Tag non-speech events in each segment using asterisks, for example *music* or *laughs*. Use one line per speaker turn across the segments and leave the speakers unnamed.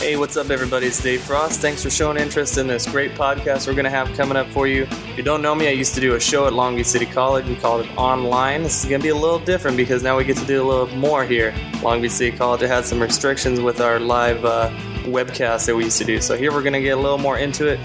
Hey, what's up, everybody? It's Dave Frost. Thanks for showing interest in this great podcast we're going to have coming up for you. If you don't know me, I used to do a show at Long Beach City College. We called it Online. This is going to be a little different because now we get to do a little more here. Long Beach City College had some restrictions with our live uh, webcast that we used to do. So here we're going to get a little more into it.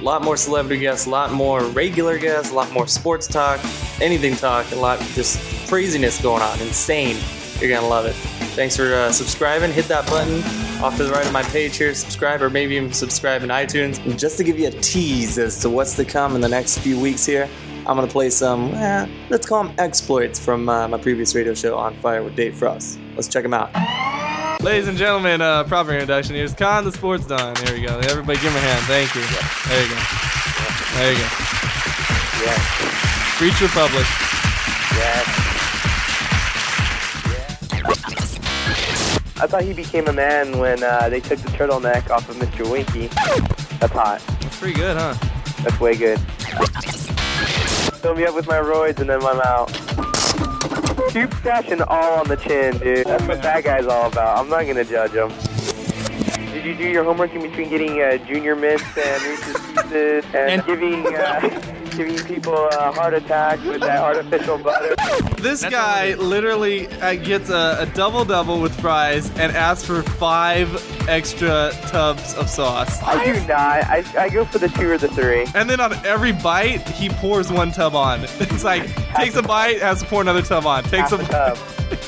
A lot more celebrity guests, a lot more regular guests, a lot more sports talk, anything talk, a lot just craziness going on. Insane. You're going to love it. Thanks for uh, subscribing. Hit that button off to the right of my page here. Subscribe or maybe even subscribe in iTunes. And just to give you a tease as to what's to come in the next few weeks here, I'm going to play some, eh, let's call them exploits from uh, my previous radio show, On Fire with Dave Frost. Let's check them out. Ladies and gentlemen, uh, proper introduction. Here's Con the Sports Don. There we go. Everybody give him a hand. Thank you. There you go. There you go.
Yes,
Reach your public.
yes. I thought he became a man when uh, they took the turtleneck off of Mr. Winky. That's hot.
That's pretty good, huh?
That's way good. Fill me up with my roids and then I'm out. Keep stashing all on the chin, dude. That's what that guy's all about. I'm not gonna judge him. Did you do your homework in between getting uh, junior mints and Reese's Pieces and,
And-
giving uh, giving people uh, heart attacks with that artificial butter?
This guy literally uh, gets a, a double double with fries and asks for five extra tubs of sauce.
I do not. I, I go for the two or the three.
And then on every bite, he pours one tub on. *laughs* It's like takes a bite, has to pour another tub on. Takes
Half
a,
a tub.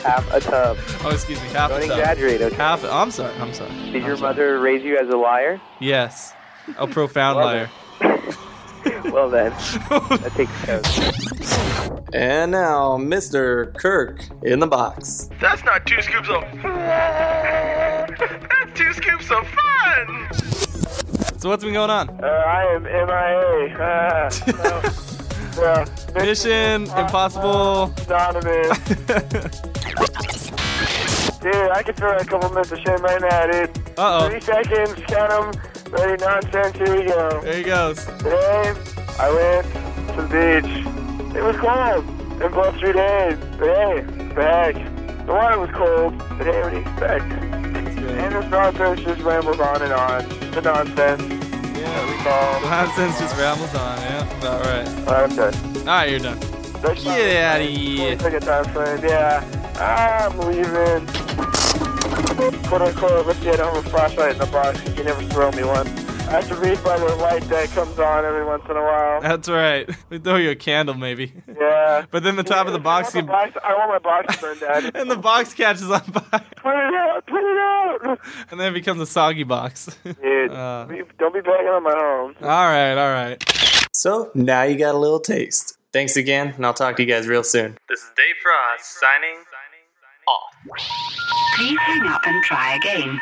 Half
*laughs*
a tub.
oh excuse me, half
Don't
a tub.
exaggerate, okay?
Half. I'm sorry. I'm sorry.
Did
I'm
your
sorry.
mother raise you as a liar?
Yes, a profound
Love
liar.
Well then, that takes care.
And now, Mr. Kirk in the box.
That's not two scoops of. *laughs* That's two scoops of fun.
So what's been going on?
Uh, I am MIA. Uh, yeah.
Mission impossible. *laughs*
Donovan. Dude, I could throw a couple minutes of shit right now, dude.
Uh oh.
Three seconds, count 'em, Ready, nonsense, here we go.
There he goes.
Today, I went to the beach. It was cold and plus three days. Today, back. The water was cold. Today, what do you expect? And the starfish just rambles on and on. The nonsense. Oh,
Yeah.
We call.
Nonsense just rambles on. Yeah. About right.
All right, I'm done.
All right, you're done.
That's my-
Get out of here.
Second time friend, yeah. I'm leaving. Quote unquote, let's get home a flashlight in the box. You can never throw me one. I have to read by the light that comes on every once in
*laughs*
a while.
That's right. We throw you a candle maybe. *laughs*
Yeah.
But then the top of the box,
I
you,
want, my box I want my box burned down. Put
*laughs*
it
and the box catches on fire, *laughs*
out! Put it out!
and then it becomes a soggy box. *laughs*
Dude,
Uh.
don't be banging on my home.
all right, all right. So now you got a little taste. Thanks again, and I'll talk to you guys real soon. This is Dave Frost signing off.
Please hang up and try again.